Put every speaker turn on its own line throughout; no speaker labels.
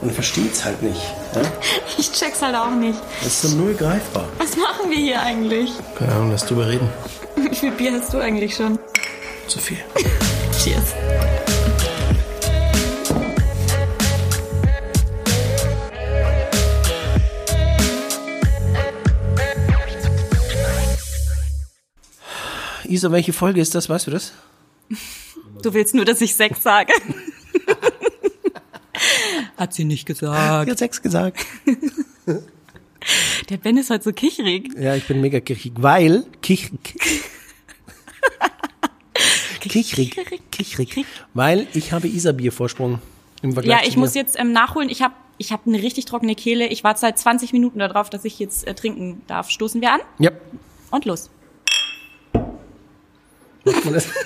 Man versteht's halt nicht. Ja?
Ich check's halt auch nicht.
Das ist so null greifbar.
Was machen wir hier eigentlich?
Keine Ahnung, lass drüber reden.
Wie viel Bier hast du eigentlich schon?
Zu viel.
Cheers.
Isa, welche Folge ist das? Weißt du das?
Du willst nur, dass ich Sex sage. Hat sie nicht gesagt.
Sie hat sechs gesagt.
Der Ben ist heute so kichrig.
Ja, ich bin mega kichrig, weil kich, ki- kichrig, kichrig, weil ich habe Isabiervorsprung im Vergleich
Ja, ich
zu dir.
muss jetzt ähm, nachholen. Ich habe ich hab eine richtig trockene Kehle. Ich warte seit 20 Minuten darauf, dass ich jetzt äh, trinken darf. Stoßen wir an
Ja.
und los.
Macht man das?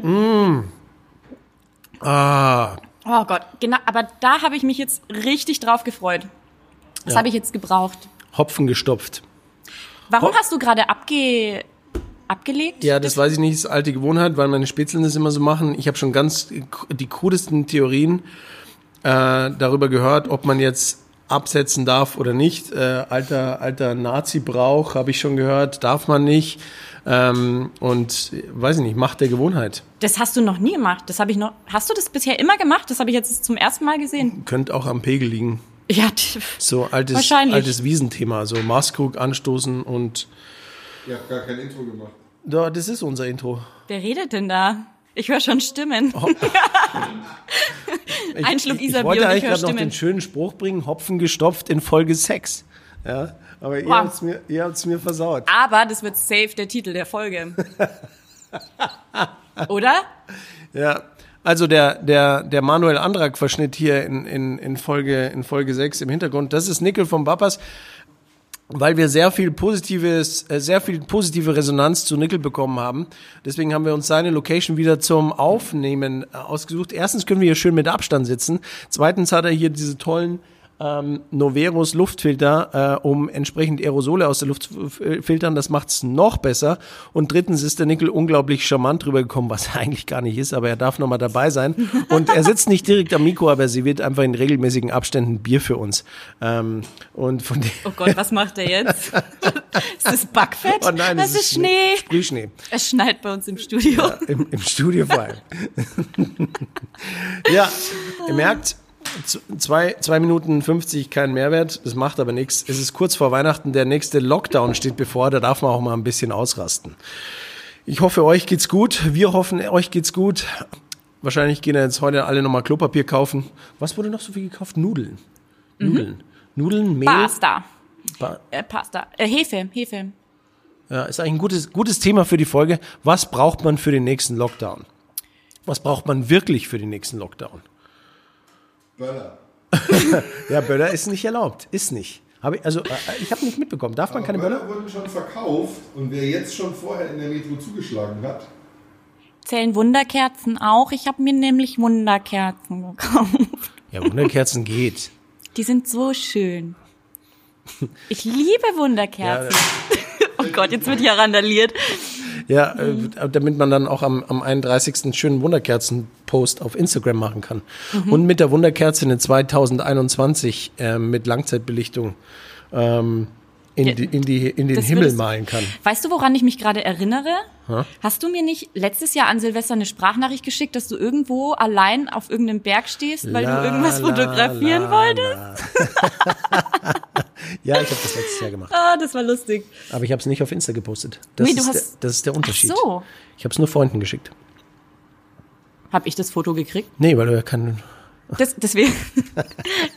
Hm.
mm. Ah,
Oh Gott, genau. Aber da habe ich mich jetzt richtig drauf gefreut. Das
Ja.
habe ich jetzt gebraucht.
Hopfen gestopft.
Warum
Ho-
hast du gerade abge abgelegt?
Ja, das weiß ich nicht, ist alte Gewohnheit, weil meine Spätzeln das immer so machen. Ich habe schon ganz die krudesten Theorien äh, darüber gehört, ob man jetzt absetzen darf oder nicht. Äh, alter alter Nazi-Brauch habe ich schon gehört, darf man nicht. Ähm, und äh, weiß ich nicht, Macht der Gewohnheit.
Das hast du noch nie gemacht. Das habe ich noch. Hast du das bisher immer gemacht? Das habe ich jetzt zum ersten Mal gesehen.
Könnte auch am Pegel liegen.
Ja, t-
So altes,
Wahrscheinlich.
altes Wiesenthema, so Maßkrug anstoßen und...
Ihr habt gar kein Intro gemacht.
Ja, das ist unser Intro.
wer redet denn da? Ich höre schon Stimmen.
Ich,
Ein Schluck
ich, ich
Isabier
wollte
und ich
eigentlich
höre
gerade noch
Stimmen.
den schönen Spruch bringen, Hopfen gestopft in Folge 6. Ja, aber ihr
Wow.
habt's mir, ihr habt's mir versaut.
Aber das wird safe der Titel der Folge. Oder?
Ja. Also der, der, der Manuel Andrak-Verschnitt hier in, in, in, Folge, in Folge 6 im Hintergrund, das ist Nickel vom Papas, weil wir sehr viel positives, äh, sehr viel positive Resonanz zu Nickel bekommen haben. Deswegen haben wir uns seine Location wieder zum Aufnehmen äh, ausgesucht. Erstens können wir hier schön mit Abstand sitzen. Zweitens hat er hier diese tollen ähm, Noveros Luftfilter, äh, um entsprechend Aerosole aus der Luft zu f- äh, filtern. Das macht's noch besser. Und drittens ist der Nickel unglaublich charmant drüber gekommen, was er eigentlich gar nicht ist, aber er darf nochmal dabei sein. Und er sitzt nicht direkt am Mikro, aber sie wird einfach in regelmäßigen Abständen Bier für uns. Ähm, und von dem
Oh Gott, was macht er jetzt? ist das Backfett?
Oh nein,
das
es
ist, Schnee.
Sprühschnee.
Es schneit bei uns im Studio.
Im, Im Studio vor allem. ja, ihr merkt, z- zwei, zwei Minuten 50 kein Mehrwert, das macht aber nichts. Es ist kurz vor Weihnachten, der nächste Lockdown steht bevor, da darf man auch mal ein bisschen ausrasten. Ich hoffe, euch geht's gut. Wir hoffen, euch geht's gut. Wahrscheinlich gehen ja jetzt heute alle nochmal Klopapier kaufen. Was wurde noch so viel gekauft? Nudeln. Nudeln. Nudeln, Mehl.
Pasta.
Ba-
Äh, Pasta. Äh, Hefe, Hefe.
Ja, ist eigentlich ein gutes, gutes Thema für die Folge. Was braucht man für den nächsten Lockdown? Was braucht man wirklich für den nächsten Lockdown?
Böller.
Ja, Böller ist nicht erlaubt. Ist nicht. Hab ich, also, äh, ich habe nicht mitbekommen. Darf man keine Böller?
wurden schon verkauft und wer jetzt schon vorher in der Metro zugeschlagen hat,
Zählen Wunderkerzen auch? Ich habe mir nämlich Wunderkerzen gekauft.
Ja, Wunderkerzen geht.
Die sind so schön. Ich liebe Wunderkerzen. oh Gott, jetzt wird hier randaliert.
Ja, äh, damit man dann auch am, am 31. einen schönen Wunderkerzen-Post auf Instagram machen kann. Und mit der Wunderkerze eine 2021 äh, mit Langzeitbelichtung ähm, in,
Ja,
die, in, die, in den
das
Himmel
würdest-
malen kann.
Weißt du, woran ich mich gerade erinnere? Hast du mir nicht letztes Jahr an Silvester eine Sprachnachricht geschickt, dass du irgendwo allein auf irgendeinem Berg stehst, weil
La,
du irgendwas
la,
fotografieren
la,
wolltest?
la. ja, ich habe das letztes Jahr gemacht.
Ah, das war lustig.
Aber ich habe es nicht auf Insta gepostet. Das,
Nee, du
ist,
hast-
der, das ist der Unterschied.
so.
Ich habe es nur Freunden geschickt.
Hab ich das Foto gekriegt?
Nee, weil du ja keinen.
Das, deswegen,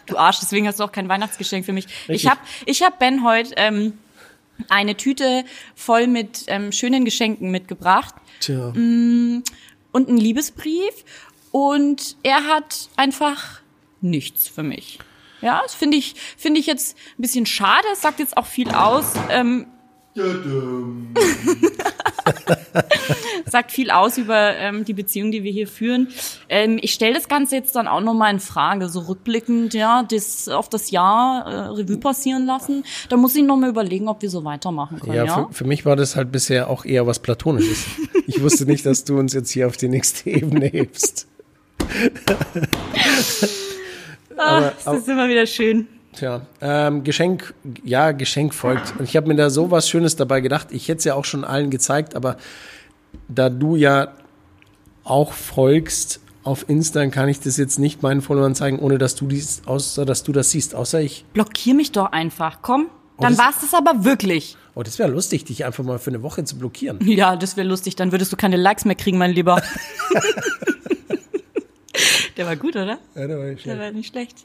du Arsch, deswegen hast du auch kein Weihnachtsgeschenk für mich. Ich hab, ich hab Ben heute ähm, eine Tüte voll mit ähm, schönen Geschenken mitgebracht
Tja.
Mm, und einen Liebesbrief und er hat einfach nichts für mich. Ja, das finde ich, finde ich jetzt ein bisschen schade. Es sagt jetzt auch viel aus, ähm,
tüdüm,
sagt viel aus über ähm, die Beziehung, die wir hier führen. Ähm, ich stelle das Ganze jetzt dann auch nochmal in Frage, so rückblickend, ja, das auf das Jahr äh, Revue passieren lassen. Da muss ich nochmal überlegen, ob wir so weitermachen können,
Ja,
ja?
für, für mich war das halt bisher auch eher was Platonisches. Ich wusste nicht, dass du uns jetzt hier auf die nächste Ebene hebst.
Ach, Ah, das ist immer wieder schön.
Tja, ähm, Geschenk, ja, Geschenk folgt. Und ich habe mir da so was Schönes dabei gedacht. Ich hätte es ja auch schon allen gezeigt, aber da du ja auch folgst auf Insta, kann ich das jetzt nicht meinen Followern zeigen, ohne dass du dies, außer dass du das siehst. Außer ich.
Blockier mich doch einfach, komm. Dann
Oh, das-
war's das aber wirklich.
Oh, das wäre lustig, dich einfach mal für eine Woche zu blockieren.
Ja, das wäre lustig. Dann würdest du keine Likes mehr kriegen, mein Lieber. Der war gut, oder?
Ja, Ah. da war ich
Der war nicht schlecht.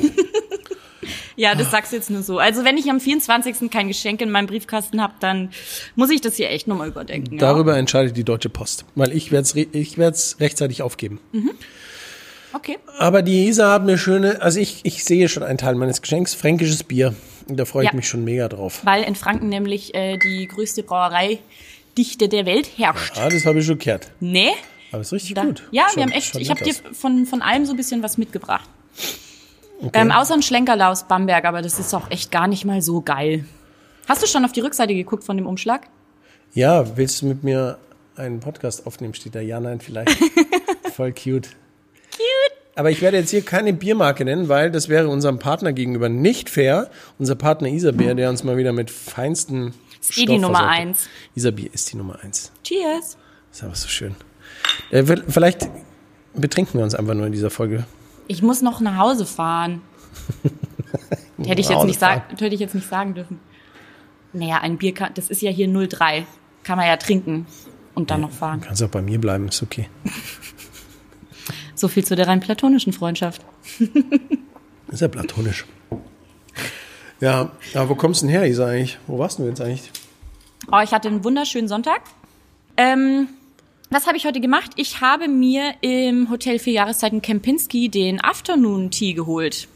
ja, das sagst du jetzt nur so. Also wenn ich am 24. kein Geschenk in meinem Briefkasten habe, dann muss ich das hier echt nochmal überdenken.
Darüber entscheidet die Deutsche Post, weil ich werde es ich werd's rechtzeitig aufgeben.
Ja. Okay.
Aber die Isa hat mir schöne, also ich, ich sehe schon einen Teil meines Geschenks, fränkisches Bier. Und Da freue ich
Ja.
mich schon mega drauf.
Weil in Franken nämlich äh, die größte Brauereidichte der Welt herrscht. ne?
Ah, das habe ich schon gehört.
Nee?
Aber ist richtig
Da,
gut.
ja,
Schon-
wir haben echt,
schon
ich habe dir
nett
von, von allem so ein bisschen was mitgebracht.
aus. Okay.
Ähm, außer ein Schlenkerler aus Bamberg, aber das ist auch echt gar nicht mal so geil. Hast du schon auf die Rückseite geguckt von dem Umschlag?
ja, willst du mit mir einen Podcast aufnehmen? Steht da ja, nein, vielleicht. Voll cute. Cute. Aber ich werde jetzt hier keine Biermarke nennen, weil das wäre unserem Partner gegenüber nicht fair. Unser Partner Isabel, der uns mal wieder mit feinsten.
Ist eh die
Stoff
Nummer
versorgt hat.
eins.
Isabel ist die Nummer eins.
Cheers.
Ist aber so schön. Äh, wir- Vielleicht betrinken wir uns einfach nur in dieser Folge.
Ich muss noch nach Hause fahren. hätte, ich
Nach
jetzt
Hause
nicht sagen, hätte ich jetzt nicht sagen dürfen. Naja, ein Bier kann, das ist ja hier 03. Kann man ja trinken und dann noch fahren.
Kannst auch bei mir bleiben, ist okay.
So viel zu der rein platonischen Freundschaft.
Ist ja platonisch. Ja, aber wo kommst du denn her, Isa, eigentlich? Wo warst du jetzt eigentlich?
Oh, ich hatte einen wunderschönen Sonntag. Ähm, was habe ich heute gemacht? Ich habe mir im Hotel vier Jahreszeiten Kempinski den Afternoon Tea geholt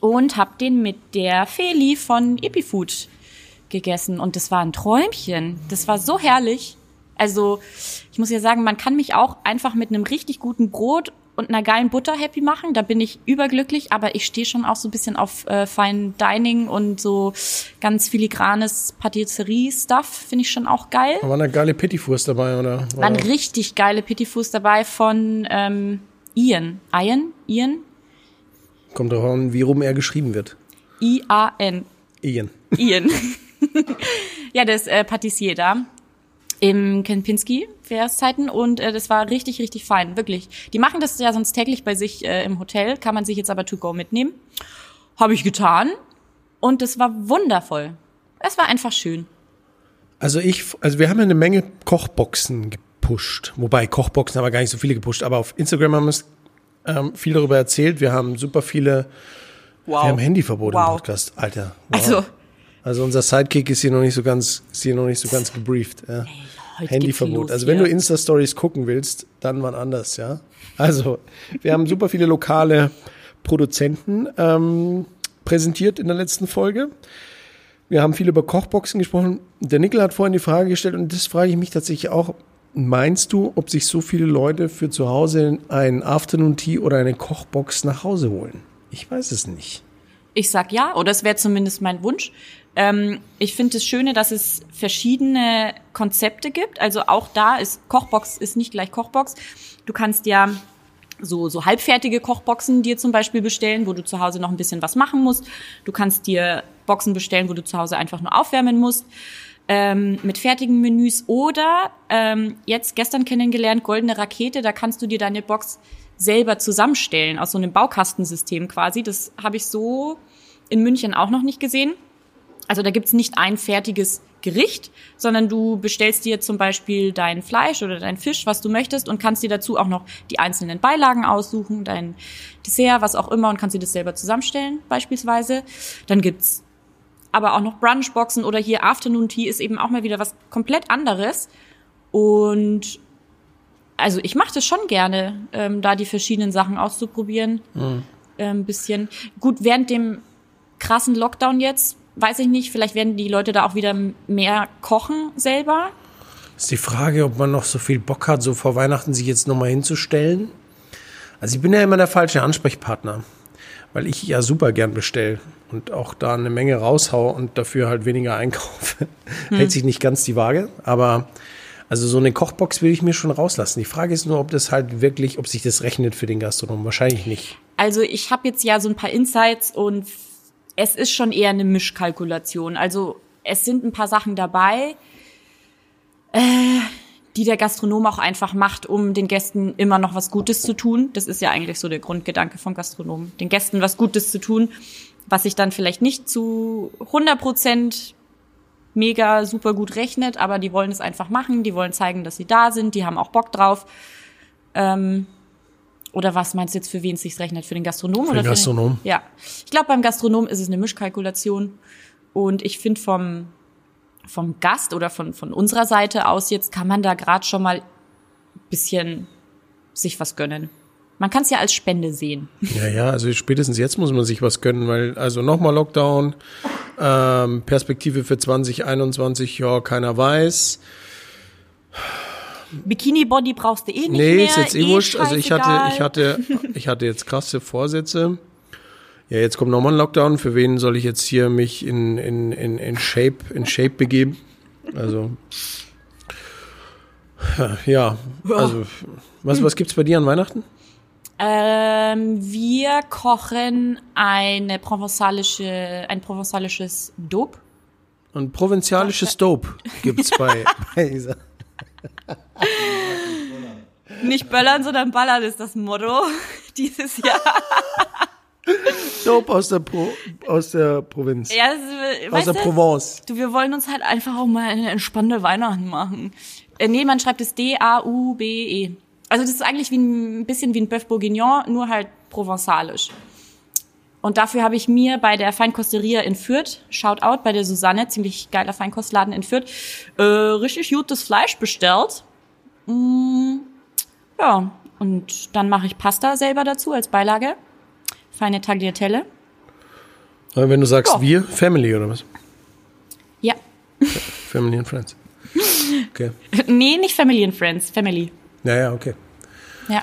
und habe den mit der Feli von Epifood gegessen und das war ein Träumchen. Das war so herrlich. Also, ich muss ja sagen, man kann mich auch einfach mit einem richtig guten Brot und einer geilen Butter happy machen. Da bin ich überglücklich, aber ich stehe schon auch so ein bisschen auf äh, Fine Dining und so ganz filigranes Patisserie-Stuff. Finde ich schon auch geil.
Da war eine geile Pettifurs dabei, oder?
Waren
Oder-
richtig geile Petitfous dabei von ähm, Ian. Ian? Ian?
Kommt drauf an, wie rum er geschrieben wird.
I-A-N.
Ian.
Ian. ja, der ist äh, Patissier da im Kempinski Fährszeiten und äh, das war richtig, richtig fein, wirklich. Die machen das ja sonst täglich bei sich äh, im Hotel, kann man sich jetzt aber to go mitnehmen. Habe ich getan und das war wundervoll. Es war einfach schön.
Also ich, also wir haben ja eine Menge Kochboxen gepusht. Wobei Kochboxen haben wir gar nicht so viele gepusht, aber auf Instagram haben wir es ähm, viel darüber erzählt. Wir haben super viele,
Wow.
wir haben Handyverbot im
Wow.
Podcast, Alter. Wow.
Also,
Also unser Sidekick ist hier noch nicht so ganz, ist hier noch nicht so ganz gebrieft. Ja.
heute geht's
Handyverbot.
los
Also wenn
hier.
du Insta-Stories gucken willst, dann wann anders, ja. Also, wir haben super viele lokale Produzenten ähm, präsentiert in der letzten Folge. Wir haben viel über Kochboxen gesprochen. Der Nickel hat vorhin die Frage gestellt und das frage ich mich tatsächlich auch. Meinst du, ob sich so viele Leute für zu Hause einen Afternoon Tea oder eine Kochbox nach Hause holen? Ich weiß es nicht.
Ich sag ja, oder es wäre zumindest mein Wunsch. Ähm, ich finde es das Schöne, dass es verschiedene Konzepte gibt. Also auch da ist Kochbox ist nicht gleich Kochbox. Du kannst ja so, so halbfertige Kochboxen dir zum Beispiel bestellen, wo du zu Hause noch ein bisschen was machen musst. Du kannst dir Boxen bestellen, wo du zu Hause einfach nur aufwärmen musst. Ähm, mit fertigen Menüs oder ähm, jetzt gestern kennengelernt, Goldene Rakete, da kannst du dir deine Box selber zusammenstellen, aus so einem Baukastensystem quasi. Das habe ich so in München auch noch nicht gesehen. Also da gibt's nicht ein fertiges Gericht, sondern du bestellst dir zum Beispiel dein Fleisch oder dein Fisch, was du möchtest, und kannst dir dazu auch noch die einzelnen Beilagen aussuchen, dein Dessert, was auch immer, und kannst dir das selber zusammenstellen, beispielsweise. Dann gibt's aber auch noch Brunchboxen oder hier Afternoon Tea ist eben auch mal wieder was komplett anderes. Und also ich mache das schon gerne, ähm, da die verschiedenen Sachen auszuprobieren. Äh, Ein bisschen. Gut, während dem krassen Lockdown jetzt, weiß ich nicht, vielleicht werden die Leute da auch wieder m- mehr kochen selber.
Ist die Frage, ob man noch so viel Bock hat, so vor Weihnachten sich jetzt nochmal hinzustellen? Also ich bin ja immer der falsche Ansprechpartner, weil ich ja super gern bestelle und auch da eine Menge raushau und dafür halt weniger einkaufe. Hält sich nicht ganz die Waage, aber Also so eine Kochbox würde ich mir schon rauslassen. Die Frage ist nur, ob das halt wirklich, ob sich das rechnet für den Gastronomen. Wahrscheinlich nicht.
Also ich habe jetzt ja so ein paar Insights und es ist schon eher eine Mischkalkulation. Also es sind ein paar Sachen dabei, äh, die der Gastronom auch einfach macht, um den Gästen immer noch was Gutes zu tun. Das ist ja eigentlich so der Grundgedanke vom Gastronomen, den Gästen was Gutes zu tun, was sich dann vielleicht nicht zu 100 Prozent mega super gut rechnet, aber die wollen es einfach machen, die wollen zeigen, dass sie da sind, die haben auch Bock drauf. Ähm, oder was meinst du jetzt, für wen es sich rechnet? Für den Gastronom
Für
oder
den Gastronom.
Für den, ja. Ich glaube, beim Gastronom ist es eine Mischkalkulation. Und ich finde vom, vom Gast oder von, von unserer Seite aus jetzt kann man da gerade schon mal ein bisschen sich was gönnen. Man kann es ja als Spende sehen.
Ja, ja, also spätestens jetzt muss man sich was gönnen, weil also nochmal Lockdown, ähm, Perspektive für 2021, ja, keiner weiß.
Bikini-Body brauchst du eh nicht mehr.
nee, ist jetzt eh wurscht. Also ich hatte,
scheißegal.
ich hatte, ich hatte jetzt krasse Vorsätze. Ja, jetzt kommt nochmal ein Lockdown. Für wen soll ich jetzt hier mich in, in, in, in Shape, in Shape begeben? Also. Ja, also, was, was gibt's bei dir an Weihnachten?
Ähm, wir kochen eine provenzalische, ein provenzalisches Dope.
Ein provinzialisches Dope gibt's bei, bei dieser.
Nicht böllern, sondern ballern ist das Motto dieses Jahr.
Dope aus der, Pro, aus der Provinz.
Ja, das ist,
aus
weißt
der
du,
Provence.
du, wir wollen uns halt einfach auch mal eine entspannte Weihnachten machen. Äh, nee, man schreibt es D-A-U-B-E. Also das ist eigentlich wie ein ein bisschen wie ein Bœuf Bourguignon, nur halt provenzalisch. Und dafür habe ich mir bei der Feinkosteria in Fürth, shout out bei der Susanne, ziemlich geiler Feinkostladen in Fürth, äh, richtig gutes Fleisch bestellt. Mm, ja, und dann mache ich Pasta selber dazu als Beilage. Feine Tagliatelle.
Aber Wenn du sagst
Ja.
wir, Family oder was?
Ja.
Family and Friends. Okay.
nee, nicht Family and Friends, Family.
Naja, okay.
Ja.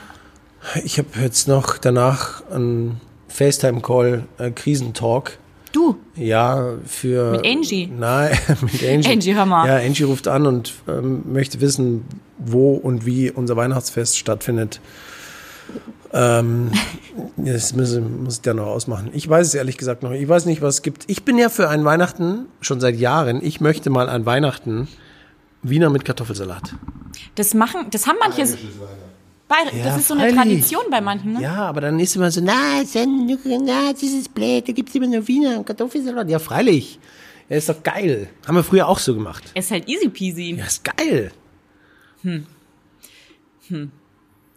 Ich habe jetzt noch danach einen FaceTime-Call, äh, Krisentalk.
Du,
Ja, für.
Mit Angie?
Nein, mit Angie.
Angie, hör mal.
Ja, Angie ruft an und ähm, möchte wissen, wo und wie unser Weihnachtsfest stattfindet. Ähm, das müssen, muss ich dann noch ausmachen. Ich weiß es ehrlich gesagt noch. Ich weiß nicht, was es gibt. Ich bin ja für ein Weihnachten schon seit Jahren. Ich möchte mal an Weihnachten Wiener mit Kartoffelsalat.
das machen, das haben manche, so-
Bayerisches Weihnachten.
Bayer-
Ja,
das ist so eine
freilich.
Tradition bei manchen, ne?
Ja, aber dann ist immer so, na, Sen- na das ist blöd, da gibt's immer nur Wiener und Kartoffelsalat. Ja, freilich. Ja, ist doch geil. Haben wir früher auch so gemacht.
Ist halt easy peasy.
Ja, ist geil.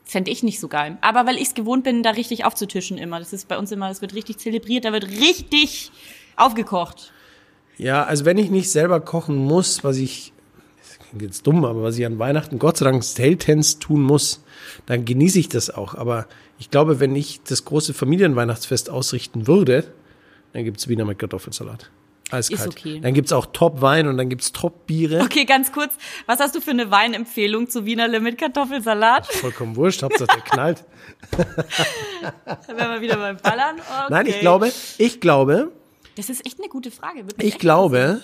Fänd ich nicht so geil. Aber weil ich es gewohnt bin, da richtig aufzutischen immer. Das ist bei uns immer, es wird richtig zelebriert, da wird richtig aufgekocht.
Ja, also wenn ich nicht selber kochen muss, was ich, das klingt jetzt dumm, aber was ich an Weihnachten Gott sei Dank seltenst tun muss, dann genieße ich das auch. Aber ich glaube, wenn ich das große Familienweihnachtsfest ausrichten würde, dann gibt's Wiener mit Kartoffelsalat. Alles
Ist
kalt.
okay.
Dann gibt's auch Top-Wein und dann gibt's Top-Biere.
Okay, ganz kurz, was hast du für eine Weinempfehlung zu Wienerle mit Kartoffelsalat?
Vollkommen wurscht, Hauptsache der knallt.
Wenn wir wieder beim Ballern. Okay.
Nein, ich glaube, ich glaube,
Das ist echt eine gute Frage. Würde mich
ich
echt
glaube,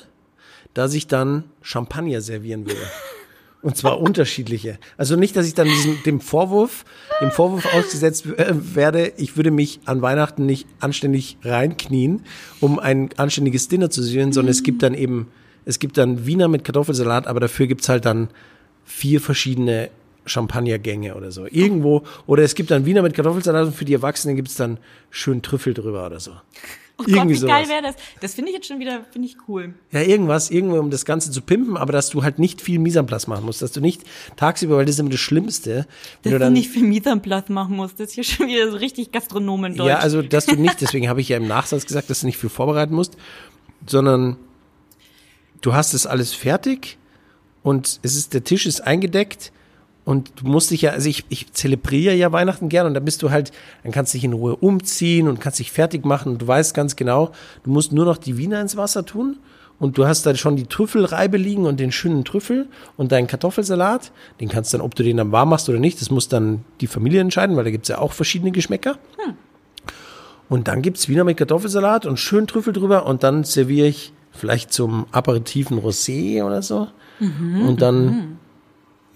dass ich dann Champagner servieren würde. Und zwar unterschiedliche. Also nicht, dass ich dann diesem, dem Vorwurf, dem Vorwurf ausgesetzt äh, werde, ich würde mich an Weihnachten nicht anständig reinknien, um ein anständiges Dinner zu servieren, sondern es gibt dann eben, es gibt dann Wiener mit Kartoffelsalat, aber dafür gibt's halt dann vier verschiedene Champagnergänge oder so. Irgendwo, oder es gibt dann Wiener mit Kartoffelsalat und für die Erwachsenen gibt's dann schön Trüffel drüber oder so.
Oh Gott,
irgendwie
wie geil
sowas.
wäre das? Das finde ich jetzt schon wieder, finde ich cool.
Ja, irgendwas, irgendwo, um das Ganze zu pimpen, aber dass du halt nicht viel Misanplatz machen musst, dass du nicht tagsüber, weil das ist immer das Schlimmste, wenn du
Dass du
dann,
nicht viel Mieternplatz machen musst. Das ist hier schon wieder so richtig Gastronomendeutsch.
ja, also, dass du nicht, deswegen habe ich ja im Nachsatz gesagt, dass du nicht viel vorbereiten musst, sondern du hast das alles fertig und es ist, der Tisch ist eingedeckt und du musst dich ja, also ich, ich zelebriere ja Weihnachten gern und dann bist du halt, dann kannst du dich in Ruhe umziehen und kannst dich fertig machen und du weißt ganz genau, du musst nur noch die Wiener ins Wasser tun und du hast dann schon die Trüffelreibe liegen und den schönen Trüffel und deinen Kartoffelsalat, den kannst dann, ob du den dann warm machst oder nicht, das muss dann die Familie entscheiden, weil da gibt's ja auch verschiedene Geschmäcker. Und dann gibt's Wiener mit Kartoffelsalat und schön Trüffel drüber und dann serviere
Mhm,
ich vielleicht zum aperitiven Rosé oder so. und dann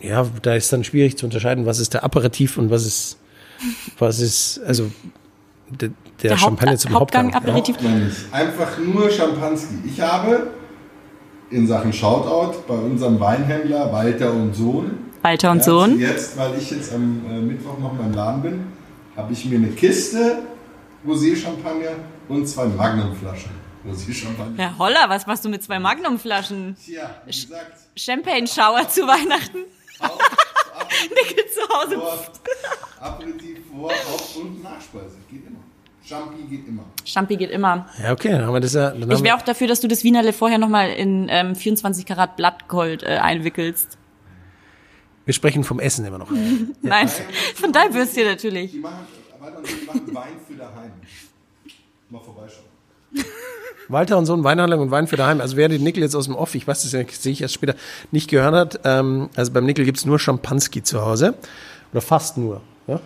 ja, da ist dann schwierig zu unterscheiden, was ist der Aperitif und was ist, was ist, also der, der,
Der Haupt-
Champagner zum
Hauptgang,
Hauptgang. ja.
Aperitif.
Nein, nicht. Einfach nur Schampanski. Ich habe in Sachen Shoutout bei unserem Weinhändler Walter und Sohn.
Walter und
Ja,
Sohn.
Jetzt, weil ich jetzt am äh, Mittwoch noch mal im Laden bin, habe ich mir eine Kiste Rosé-Champagner und zwei Magnumflaschen Rosé-Champagner.
Herr Holler, was machst du mit zwei Magnumflaschen?
Tja, wie gesagt,
Champagne-Shower zu Weihnachten?
auf, ab,
Nickel zu Hause.
vor, Aperitif, vor, auf und Nachspeise. Geht immer. Champi geht immer.
Champi geht immer.
ja, okay, dann haben wir das ja. Dann
Ich
haben
wäre auch dafür, dass du das Wienerle vorher nochmal in ähm, 24 Karat Blattgold äh, einwickelst.
wir sprechen vom Essen immer noch.
Mhm. Nein, von deinem Würstchen natürlich.
Die machen, Walter und Sohn machen Wein für daheim. Mal vorbeischauen.
Walter und Sohn, Weinhandlung und Wein für daheim. Also wer den Nickel jetzt aus dem Off, ich weiß das ja, sehe ich erst später, nicht gehört hat, ähm, also beim Nickel gibt's nur Champanski zu Hause. Oder fast nur. Ja,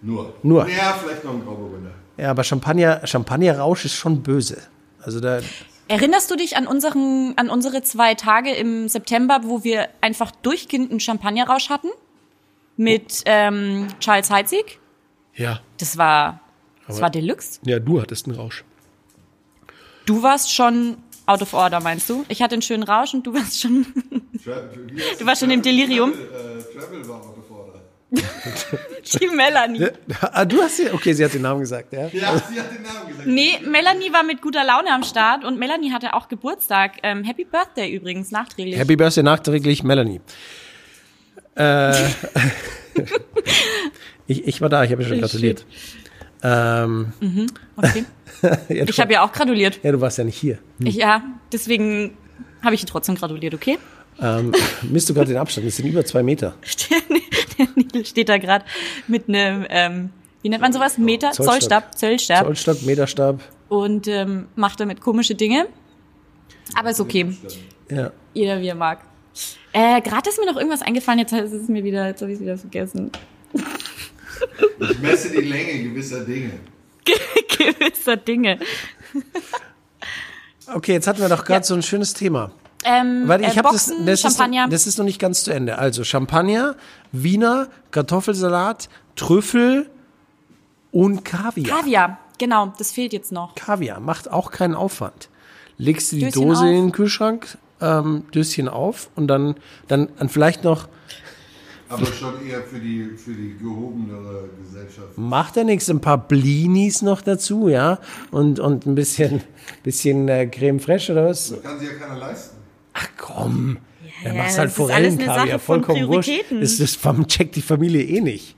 Nur.
Nur.
Ja, vielleicht noch ein ne? Grauburgunder.
ja aber Champagner, Champagnerrausch ist schon böse. Also da,
Erinnerst du dich an, unseren, an unsere zwei Tage im September, wo wir einfach durchgehend einen Champagnerrausch hatten? Mit ähm, Charles Heitzig?
ja,
Das war, das
Aber-
war Deluxe.
ja, du hattest einen Rausch.
Du warst schon out of order, meinst du? Ich hatte einen schönen Rausch und du warst schon,
Du
du warst schon im Delirium.
Travel, äh, Travel war gefordert.
Die Melanie.
Ah, du hast sie, okay, sie hat den Namen gesagt, ja.
Ja, sie hat den Namen gesagt.
Nee, Melanie war mit guter Laune am Start und Melanie hatte auch Geburtstag. Ähm, Happy Birthday übrigens, nachträglich.
Happy Birthday nachträglich, Melanie. Äh, ich, ich war da, ich habe ja schon gratuliert. Ähm,
okay.
ja, du,
Ich habe ja auch gratuliert.
ja, du warst ja nicht hier.
Ich, ja, deswegen habe ich ihr trotzdem gratuliert, okay?
Ähm, misst du gerade den Abstand? Das sind über zwei Meter.
Der Nigel steht da gerade mit einem, ähm, wie nennt man sowas? Meter?
Zollstab.
Zollstab. Zollstab.
Zollstock, Meterstab.
Und ähm, macht damit komische Dinge. Aber ist okay.
Ja.
Jeder, wie er mag. Äh, gerade ist mir noch irgendwas eingefallen, jetzt ist es mir wieder, jetzt habe ich es wieder vergessen.
Ich messe die Länge gewisser Dinge.
Gewisser Dinge.
Okay, jetzt hatten wir doch gerade so ein schönes Thema.
Ähm,
Warte, ich
äh,
hab das,
Boxen,
das, ist,
Champagner.
das ist noch nicht ganz zu Ende. Also Champagner, Wiener, Kartoffelsalat, Trüffel und Kaviar.
Kaviar, genau, das fehlt jetzt noch.
Kaviar macht auch keinen Aufwand. Legst du die
Döschen
Dose
auf.
in den Kühlschrank, ähm, Döschen auf und dann, dann, dann vielleicht noch,
Aber schon eher für die, für die gehobenere Gesellschaft.
macht er nichts, ein paar Blinis noch dazu, ja? Und, und ein bisschen, bisschen äh, Creme Fraiche oder was?
Kann sich ja keiner leisten.
Ach komm, dann
ja,
machst halt
das ist alles eine
Forellenkaviar,
Sache von
vollkommen wurscht.
Prioritäten.
Das, das vom checkt die Familie eh nicht.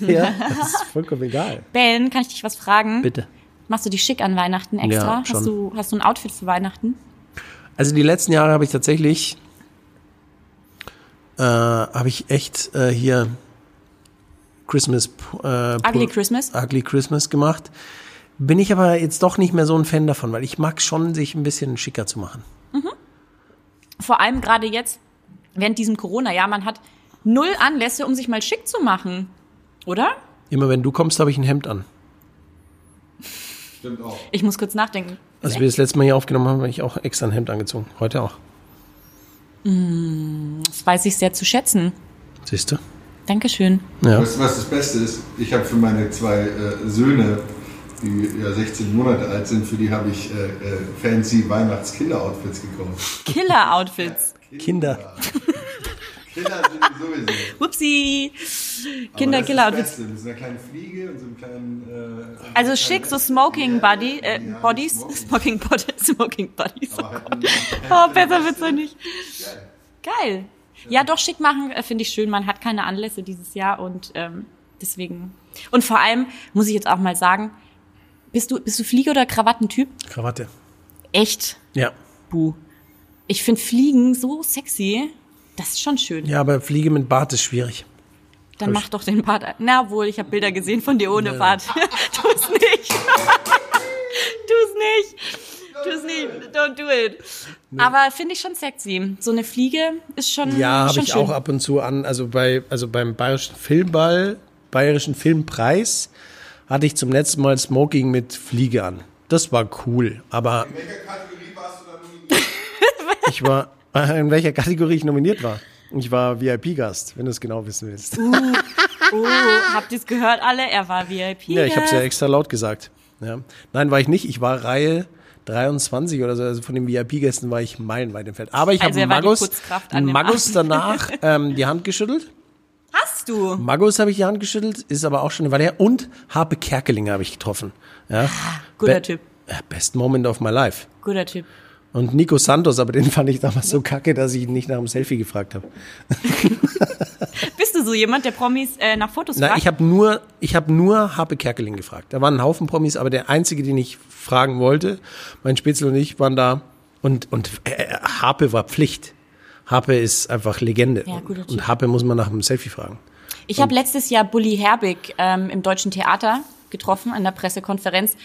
Ja, das ist vollkommen egal.
Ben, kann ich dich was fragen?
Bitte.
Machst du dich schick an Weihnachten
Ja,
extra?
schon.
hast, du, hast du ein Outfit für Weihnachten?
Also die letzten Jahre habe ich tatsächlich, äh, habe ich echt äh, hier Christmas, äh,
Ugly
Pul-
Christmas?
Ugly Christmas gemacht. Bin ich aber jetzt doch nicht mehr so ein Fan davon, weil ich mag schon, sich ein bisschen schicker zu machen.
Vor allem gerade jetzt, während diesem Corona-Jahr, man hat null Anlässe, um sich mal schick zu machen. Oder?
Immer wenn du kommst, habe ich ein Hemd an.
Stimmt auch.
Ich muss kurz nachdenken.
Als Also wir das letzte Mal hier aufgenommen haben, habe ich auch extra ein Hemd angezogen. Heute auch.
Das weiß ich sehr zu schätzen.
Siehst du?
Dankeschön.
Ja.
Weißt du, was das Beste ist? Ich habe für meine zwei äh, Söhne, die ja 16 Monate alt sind, für die habe ich äh, äh, fancy Weihnachts-Kinder-Outfits gekauft.
Killer-Outfits.
Kinder.
Kinder sind sowieso.
Upsi.
Aber
Kinder,
das
Killer
ist das
Outfits.
Beste, mit so einer kleinen Fliege und so einem kleinen. Äh,
Also
kleinen
schick, so
Weste.
Smoking
Ja,
Buddy, äh,
ja,
Bodies,
Smoking.
Smoking Bodies, Smoking Buddies.
Aber halt ein-
Oh, besser wird's doch nicht.
Geil.
Geil. Ja, doch, schick machen äh, finde ich schön. Man hat keine Anlässe dieses Jahr und ähm, deswegen. Und vor allem muss ich jetzt auch mal sagen, bist du, bist du Fliege- oder Krawattentyp?
Krawatte.
Echt?
Ja.
Buh. Ich finde Fliegen so sexy. Das ist schon schön.
Ja, aber Fliege mit Bart ist schwierig.
Dann mach doch den Bart. ab. Na wohl, ich habe Bilder gesehen von dir ohne Bart. Tu's nicht. Tu's nicht. Tu's nicht. Don't do it. Aber finde ich schon sexy. So eine Fliege ist schon
Ja, habe
schon
ich
schön.
auch ab und zu an. Also bei, also beim Bayerischen Filmball, Bayerischen Filmpreis hatte ich zum letzten Mal Smoking mit Fliege an. Das war cool. Aber
In welcher Kategorie warst du da nominiert?
ich war, in welcher Kategorie ich nominiert war. Ich war VIP-Gast, wenn du es genau wissen willst.
Oh, habt ihr es gehört alle? Er war VIP.
Ja, ich habe es ja
Gast.
extra laut gesagt. Ja. Nein, war ich nicht. Ich war Reihe 23 oder so. Also von den VIP-Gästen war ich meilenweit im Feld. Aber ich
Also
habe
er war die
Magus,
Putzkraft an dem
Magus
Abend.
danach ähm, die Hand geschüttelt.
Hast du?
Magus habe ich die Hand geschüttelt, ist aber auch schon eine Weile her. Und Harpe Kerkeling habe ich getroffen. Ja.
Guter
Be-
Typ.
Ja, Best Moment of my life.
Guter Typ.
Und Nico Santos, aber den fand ich damals so kacke, dass ich ihn nicht nach dem Selfie gefragt habe.
Bist du so jemand, der Promis äh, nach Fotos
Nein,
fragt?
ich habe nur, ich habe nur Harpe Kerkeling gefragt. Da waren ein Haufen Promis, aber der einzige, den ich fragen wollte, mein Spitzel und ich waren da. Und und äh, Harpe war Pflicht. Harpe ist einfach Legende.
Ja, guter Typ.
und Harpe muss man nach dem Selfie fragen.
Ich habe letztes Jahr Bully Herbig ähm, im Deutschen Theater getroffen an der Pressekonferenz.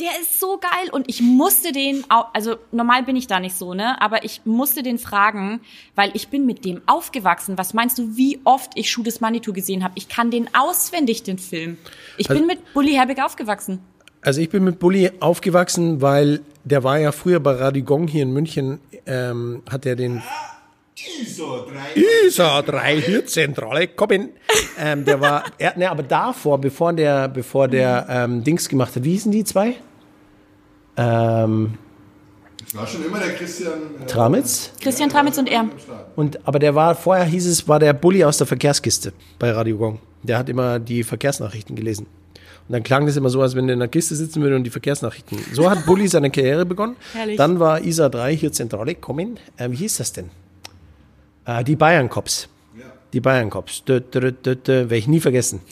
Der ist so geil und ich musste den, au- also normal bin ich da nicht so, ne? Aber ich musste den fragen, weil ich bin mit dem aufgewachsen. Was meinst du, wie oft ich Schuh des Manitou gesehen habe? Ich kann den auswendig, den Film. Ich
Also-
bin mit Bully Herbig aufgewachsen.
Also ich bin mit Bulli aufgewachsen, weil der war ja früher bei Radigong hier in München, ähm, hat er den
ISO 3.
ISA 3 Hirtzentrale, komm in. Ähm, der war, er, ne, aber davor, bevor der, bevor der ähm, Dings gemacht hat, wie hießen die zwei? Ähm,
Ich war schon immer der Christian. Äh,
Tramitz?
Christian Tramitz und er.
am Start.
Und, aber der war, vorher hieß es, war der Bulli aus der Verkehrskiste bei Radio Gong. Der hat immer die Verkehrsnachrichten gelesen. Und dann klang das immer so, als wenn der in der Kiste sitzen würde und die Verkehrsnachrichten. So hat Bulli seine Karriere begonnen.
Herrlich.
Dann war ISA 3 hier Zentrale, komm in. Äh, wie hieß das denn? Äh, die Bayern Cops. Die Bayern Cops. Dö, dö, dö, dö, werde ich nie vergessen.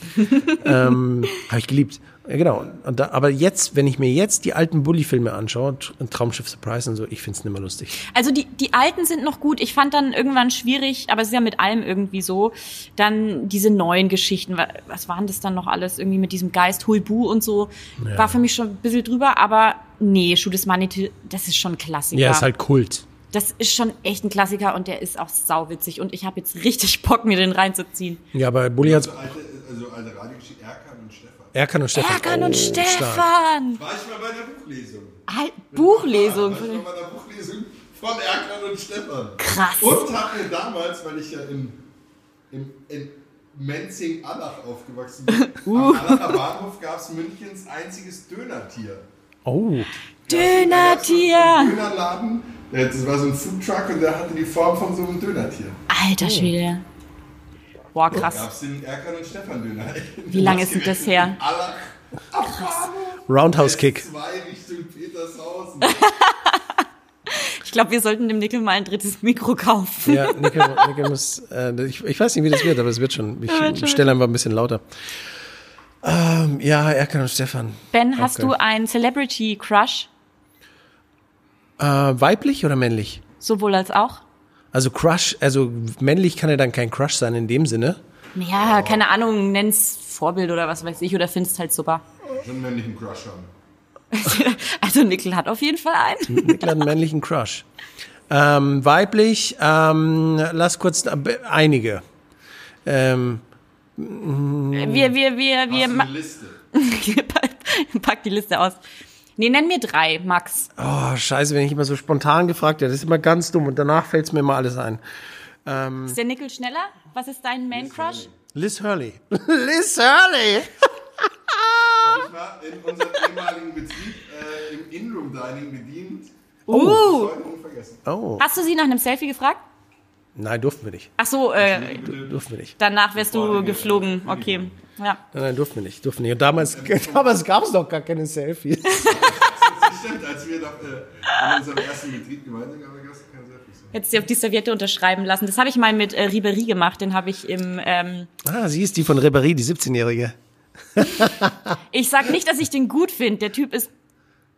ähm, Habe ich geliebt. Ja, genau. Und da, aber jetzt, wenn ich mir jetzt die alten Bulli-Filme anschaue, Tr- Traumschiff Surprise und so, ich find's nicht mehr lustig.
Also die, die alten sind noch gut. Ich fand dann irgendwann schwierig, aber es ist ja mit allem irgendwie so. Dann diese neuen Geschichten, wa- was waren das dann noch alles? Irgendwie mit diesem Geist, Huibu und so. War für mich schon ein bisschen drüber, aber nee, Schuh des Manitou, das ist schon ein Klassiker.
Ja, ist halt Kult.
das ist schon echt ein Klassiker und der ist auch sauwitzig. Und ich habe jetzt richtig Bock, mir den reinzuziehen.
Ja, aber Bulli hat's
So alte, also alte Radiogeschichte, Erkan und Stefan.
Erkan und Stefan.
Erkan
Oh,
und Stefan!
War ich mal bei einer Buchlesung.
Al- Buchlesung.
War ich mal bei einer Buchlesung von Erkan und Stefan.
Krass.
Und habe mir damals, weil ich ja in, in, in Menzing-Allach aufgewachsen bin,
Uh.
am Allacher Bahnhof gab es Münchens einziges Dönertier.
Oh.
Ein
Dönertier!
Dönerladen, der- das war so ein Foodtruck und der hatte die Form von so einem Dönertier.
Oh.
Alter Schwede. Boah, krass.
Gab es den Erkan und Stefan Döner.
Wie lange ist denn das her?
Allach.
Roundhouse Kick.
Zwei Richtung Petershausen.
Ich glaube, wir sollten dem Nickel mal ein drittes Mikro kaufen.
Ja, Nicke, Nicke muss, äh, ich, ich weiß nicht, wie das wird, aber es wird schon. Ich stelle einfach ein bisschen lauter. Ähm, ja, Erkan und Stefan.
Ben, hast
Okay.
du einen Celebrity Crush?
Äh, weiblich oder männlich?
Sowohl als auch?
Also Crush, also männlich kann ja dann kein Crush sein in dem Sinne.
Naja, keine Ahnung, nenn's Vorbild oder was weiß ich oder findest halt super.
Schon einen männlichen Crush haben.
Also Nickel hat auf jeden Fall einen.
Nickel hat einen männlichen Crush. Ähm, weiblich, ähm, lass kurz äh, einige. Ähm,
Wir, wir, wir, wir
Hast du eine Liste?
ma- pack die Liste aus. Nee, nenn mir drei, Max.
oh, scheiße, wenn ich immer so spontan gefragt werde, das ist immer ganz dumm und danach fällt es mir immer alles ein.
Ist der Nickel schneller? Was ist dein Man Crush?
Liz Hurley. Liz Hurley!
Ich war in unserem ehemaligen Betrieb äh, im Inroom Dining bedient.
Uh.
Heute unvergessen.
Oh.
Hast du sie nach einem Selfie gefragt?
Nein, durften wir nicht.
Ach so, äh,
Durften wir nicht.
danach wärst du geflogen. Okay. Ja.
Nein, nein, durften wir nicht. Durften wir nicht. Und damals, damals gab es noch gar keine Selfies.
Das stimmt, als wir noch äh, in unserem ersten Betrieb gemeinsam waren, gab es keine Selfies.
Hättest du auf die Serviette unterschreiben lassen. Das habe ich mal mit äh, Ribery gemacht. Den habe ich im ähm,
Ah, sie ist die von Ribéry, die 17-Jährige.
Ich sag nicht, dass ich den gut finde. Der Typ ist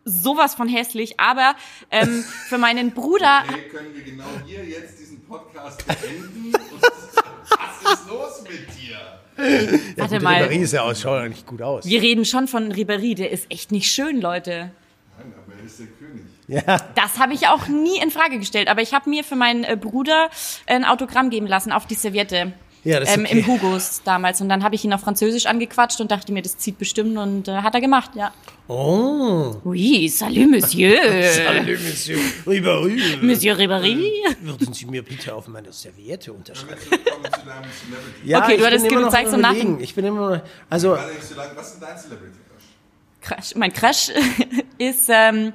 sowas von hässlich, aber ähm, für meinen Bruder.
Hey, können wir genau hier jetzt diesen Podcast beenden? Und was ist los mit dir?
Warte
Die
mal.
Ribéry ist ja auch, schaut eigentlich gut aus.
Wir reden schon von Ribery, der ist echt nicht schön, Leute.
Nein, aber er ist der König.
Ja.
Das habe ich auch nie in Frage gestellt, aber ich habe mir für meinen äh, Bruder ein Autogramm geben lassen auf die Serviette.
Ja, das ist
ähm,
okay.
im Hugos damals. Und dann habe ich ihn auf Französisch angequatscht und dachte mir, das zieht bestimmt und äh, hat er gemacht, ja.
Oh.
Oui, salut, Monsieur.
Salut, Monsieur. Ribéry.
Monsieur Ribéry.
Würden Sie mir bitte auf meiner Serviette unterschreiben?
Willkommen zu deinem Celebrity.
Ja,
Okay, du
ich bin
hattest
immer
genug
noch
Zeit
am
zum Nachdenken.
Überlegen. Ich bin immer noch, also,
Warte, ich so lange, was ist dein Celebrity?
Crash, mein Crash ist ähm,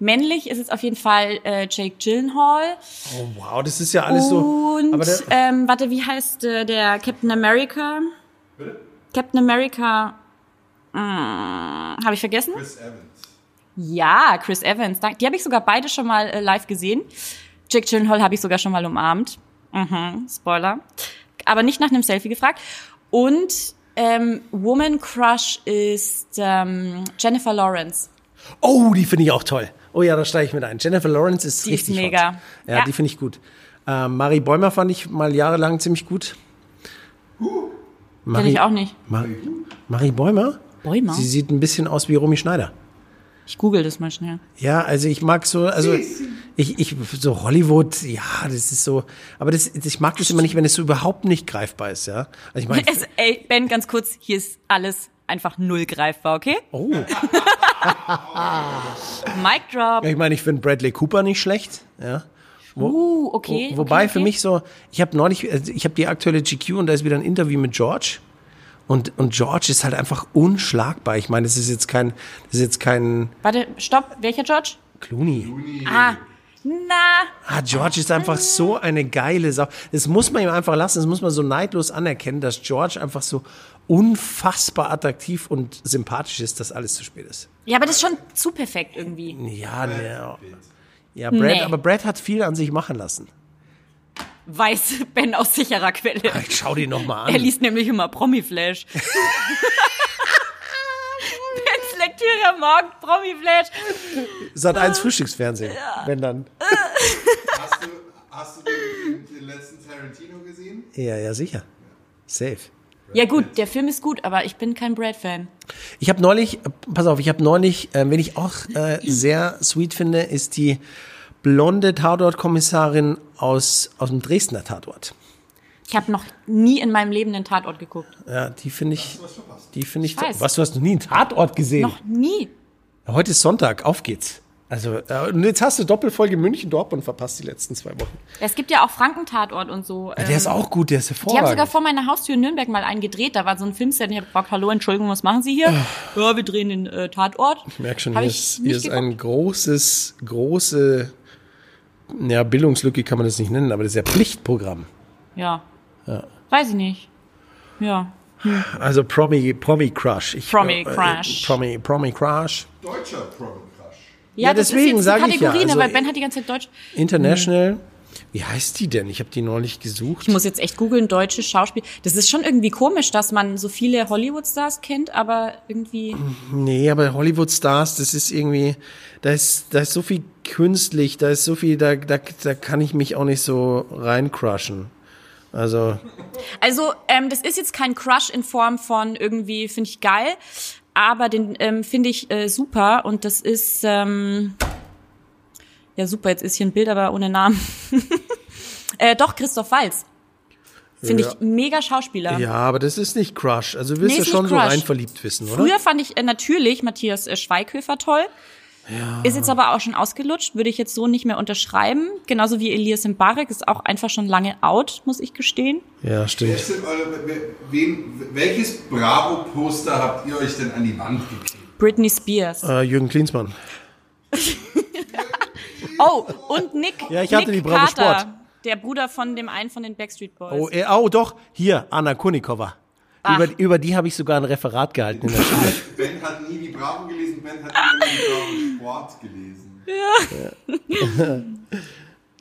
männlich, ist es auf jeden Fall äh, Jake Gyllenhaal.
oh wow, das ist ja alles so.
Und
Aber der,
ähm, warte, wie heißt äh, der Captain America?
Bitte?
Captain America. Hm, habe ich vergessen?
Chris Evans.
Ja, Chris Evans. Dank- Die habe ich sogar beide schon mal äh, live gesehen. Jake Gyllenhaal habe ich sogar schon mal umarmt. Mhm, Spoiler. Aber nicht nach einem Selfie gefragt. Und ähm, Woman Crush ist ähm, Jennifer Lawrence.
oh, die finde ich auch toll. Oh ja, da steige ich mit ein. Jennifer Lawrence ist
Die ist
richtig
mega.
Hot. Ja,
Ja.
die finde ich gut. Äh, Marie Bäumer fand ich mal jahrelang ziemlich gut.
Kenne ich auch nicht.
Ma Marie Bäumer?
Bäumer?
Sie sieht ein bisschen aus wie Romy Schneider.
Ich google das mal schnell.
Ja, also ich mag so, also ich, ich so Hollywood, ja, das ist so, aber das, ich mag das immer nicht, wenn es so überhaupt nicht greifbar ist, ja. Also ich meine,
Es, ey, Ben, ganz kurz, hier ist alles einfach null greifbar, okay?
oh,
Mic drop.
ich meine, ich finde Bradley Cooper nicht schlecht, ja.
Uh,
Äh, Wo,
okay.
wobei
okay,
für
okay.
mich so, ich habe neulich, also ich habe die aktuelle GQ und da ist wieder ein Interview mit George. Und, und George ist halt einfach unschlagbar. Ich meine, das ist jetzt kein, das ist jetzt kein
Warte, stopp, welcher George?
Clooney.
Ah, na.
Ah, George ist einfach so eine geile Sau. Das muss man ihm einfach lassen, das muss man so neidlos anerkennen, dass George einfach so unfassbar attraktiv und sympathisch ist, dass alles zu spät ist.
Ja, aber das ist schon zu perfekt irgendwie.
Ja, ne. Ja, Brad,
Nee.
aber Brad hat viel an sich machen lassen.
Weiß Ben aus sicherer Quelle.
Ich schau dir nochmal
Er
Halt an.
liest nämlich immer Promiflash. Bens Lektüre am Morgen, Promiflash.
Sat
Ah.
1 Frühstücksfernsehen, wenn dann.
Hast du, hast du den, den letzten Tarantino gesehen?
Ja, ja, sicher. Safe.
Ja gut, der Film ist gut, aber ich bin kein Brad-Fan.
Ich habe neulich, äh, pass auf, ich habe neulich, äh, wen ich auch äh, sehr sweet finde, ist die blonde Tatort-Kommissarin aus, aus dem Dresdner Tatort.
Ich habe noch nie in meinem Leben den Tatort geguckt.
Ja, die finde ich, die finde ich,
Ich weiß.
was, du hast noch nie einen Tatort gesehen?
Noch nie.
Heute ist Sonntag, auf geht's. Also, äh, und jetzt hast du Doppelfolge München-Dortmund verpasst die letzten zwei Wochen.
Es gibt ja auch Frankentatort und so.
Ja,
ähm,
der ist auch gut, der ist
Die haben
hervorragend.
sogar vor meiner Haustür in Nürnberg mal einen gedreht. Da war so ein Filmset. Ich hab gefragt, hallo, Entschuldigung, was machen Sie hier? ja, wir drehen den äh, Tatort.
ich merke schon,
Hab
hier
ich
ist,
nicht
hier ist
geguckt.
ein großes, große, ja, Bildungslücke kann man das nicht nennen, aber das ist ja Pflichtprogramm.
Ja. Weiß ich nicht. Ja.
Also Promi, Promi Crush. Ich, äh,
Promi Crush.
Promi, Promi Crush.
Deutscher Problem Crush.
Ja, deswegen
ist jetzt
sag
eine
ich ja,
Kategorie, ne,
also-
weil Ben hat die ganze Zeit Deutsch.
International. Wie heißt die denn? Ich habe die neulich gesucht.
Mhm. Ich muss jetzt echt googeln, deutsche Schauspiel. Das ist schon irgendwie komisch, dass man so viele Hollywood-Stars kennt, aber irgendwie.
Nee, aber Hollywood Stars, das ist irgendwie, da ist, da ist so viel künstlich, da ist so viel, da, da, da kann ich mich auch nicht so reincrushen. Also,
Also, ähm, das ist jetzt kein Crush in Form von irgendwie, finde ich geil, aber den ähm, finde ich äh, super und das ist. Ähm, ja, super, jetzt ist hier ein Bild, aber ohne Namen. äh, doch, Christoph Walz. Finde
Ja.
ich mega Schauspieler.
ja, aber das ist nicht Crush. Also du willst
Nee,
ja
ist
schon
nicht
so
Crush.
rein verliebt wissen, oder?
Früher fand ich äh, natürlich Matthias äh, Schweighöfer toll. Ist jetzt aber auch schon ausgelutscht, würde ich jetzt so nicht mehr unterschreiben. Genauso wie Elias Mbarek ist auch einfach schon lange out, muss ich gestehen.
Ja,
Wer
stimmt.
ist denn eure, wer- wen, welches Bravo-Poster habt ihr euch denn an die Wand geklebt?
Britney Spears.
Äh, Jürgen Klinsmann.
Oh, und Nick.
Ja, ich hatte
Nick
die Bravo
Carter,
Sport.
Der Bruder von dem einen von den Backstreet Boys.
Oh, äh, oh doch, hier, Anna Kunikova.
Ach.
Über, über die habe ich sogar ein Referat gehalten in der Schule.
Ben hat nie die Bravo gelesen, Ben hat immer nur die Bravo Sport gelesen.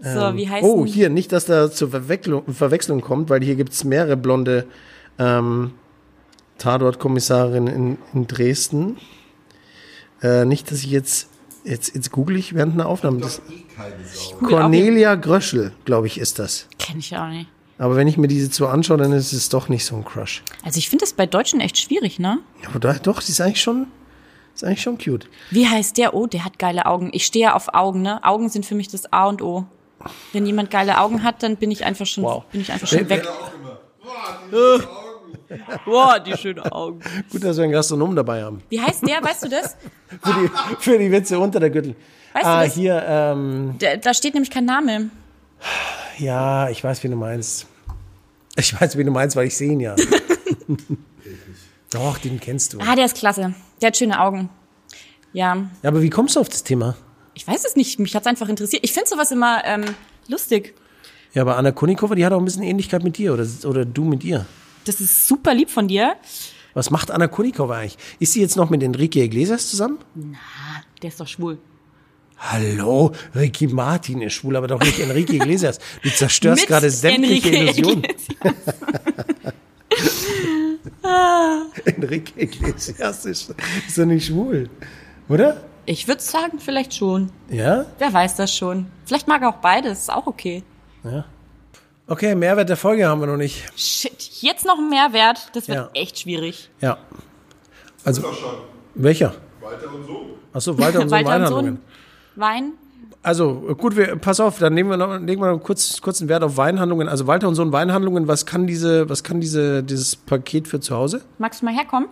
so, wie heißt
Oh,
denn-
hier, nicht, dass da zur Verwechslung, Verwechslung kommt, weil hier gibt's mehrere blonde ähm, Tatort-Kommissarinnen in, in Dresden. Äh, nicht, dass ich jetzt, jetzt, jetzt google ich während einer Aufnahme. Das,
Doch eh keine Sau.
Google auch
Cornelia Gröschel, glaube ich, ist das.
Kenn ich auch nicht.
Aber wenn ich mir diese zwei anschaue, dann ist es doch nicht so ein Crush.
Also ich finde das bei Deutschen echt schwierig, ne?
Ja, aber da, doch, sie ist eigentlich schon, ist eigentlich schon cute.
Wie heißt der? Oh, der hat geile Augen. Ich stehe ja auf Augen, ne? Augen sind für mich das A und O. Wenn jemand geile Augen hat, dann bin ich einfach schon,
Wow.
bin ich einfach schon
Wer-
weg.
Auch immer. Boah, diese Augen.
Boah, die schönen Augen.
Gut, dass wir einen Gastronomen dabei haben.
Wie heißt der, weißt du das?
Für die, für die Witze unter der Gürtel.
Weißt du
ah,
das?
hier, ähm,
Da, da steht nämlich kein Name.
ja, ich weiß, wie du meinst. Ich weiß, wie du meinst, weil ich sehe ihn ja. Doch, den kennst du.
Ah, der ist klasse. Der hat schöne Augen. Ja,
Ja, aber wie kommst du auf das Thema?
ich weiß es nicht. Mich hat's einfach interessiert. Ich finde sowas immer ähm, lustig.
Ja, aber Anna Konikova, die hat auch ein bisschen Ähnlichkeit mit dir oder, oder du mit ihr.
Das ist super lieb von dir.
Was macht Anna Konikova eigentlich? Ist sie jetzt noch mit Enrique Iglesias zusammen?
Der ist doch schwul.
Hallo, Ricky Martin ist schwul, aber doch nicht Enrique Iglesias. Du zerstörst
Mit
gerade sämtliche
Enrique
Illusionen.
Iglesias.
Enrique Iglesias ist, ist doch nicht schwul, oder?
Ich würde sagen, vielleicht schon.
Ja?
Wer weiß das schon. Vielleicht mag er auch beides. Ist auch okay.
Okay, Mehrwert der Folge haben wir noch nicht.
Shit, jetzt noch ein Mehrwert. Das wird
Ja.
echt schwierig.
Ja. Also,
Doch schon.
welcher?
Weiter und so.
Achso, weiter und so
Walter und
Weinhandlungen.
Sohn. Wein.
Also gut, wir, pass auf, dann nehmen wir noch, legen wir noch kurz, kurz einen Wert auf Weinhandlungen. Also Walter und Sohn Weinhandlungen, was kann diese, was kann diese, dieses Paket für zu Hause?
Magst du mal herkommen?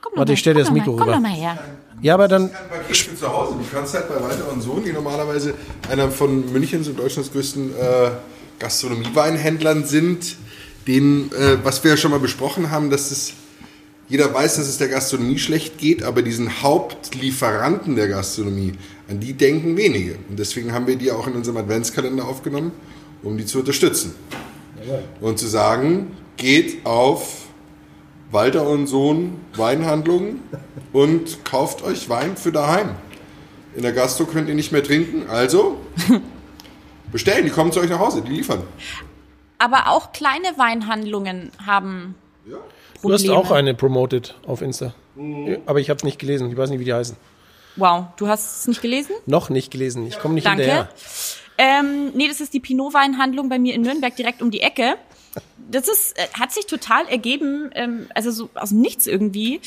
Komm doch
Warte,
mal,
ich stell dir
komm
das
doch
Mikro
mal, komm
rüber.
doch mal her.
Ja, aber dann,
Kein Paket für zu Hause. Du kannst halt bei Walter und Sohn, die normalerweise einer von Münchens und Deutschlands größten äh, Gastronomieweinhändlern sind, den, äh, was wir ja schon mal besprochen haben, dass es jeder weiß, dass es der Gastronomie schlecht geht, aber diesen Hauptlieferanten der Gastronomie, an die denken wenige. Und deswegen haben wir die auch in unserem Adventskalender aufgenommen, um die zu unterstützen. Und zu sagen, geht auf Walter und Sohn Weinhandlungen und kauft euch Wein für daheim. In der Gastro könnt ihr nicht mehr trinken, also bestellen, die kommen zu euch nach Hause, die liefern.
Aber auch kleine Weinhandlungen haben
Ja.
du hast
Probleme.
auch eine promoted auf Insta. Aber ich habe es nicht gelesen, ich weiß nicht, wie die heißen.
Wow, du hast es nicht gelesen?
Noch nicht gelesen, ich komme nicht
Danke.
hinterher.
Ähm, nee, das ist die Pinot-Weinhandlung bei mir in Nürnberg direkt um die Ecke. Das ist, äh, hat sich total ergeben, ähm, also so aus dem Nichts irgendwie.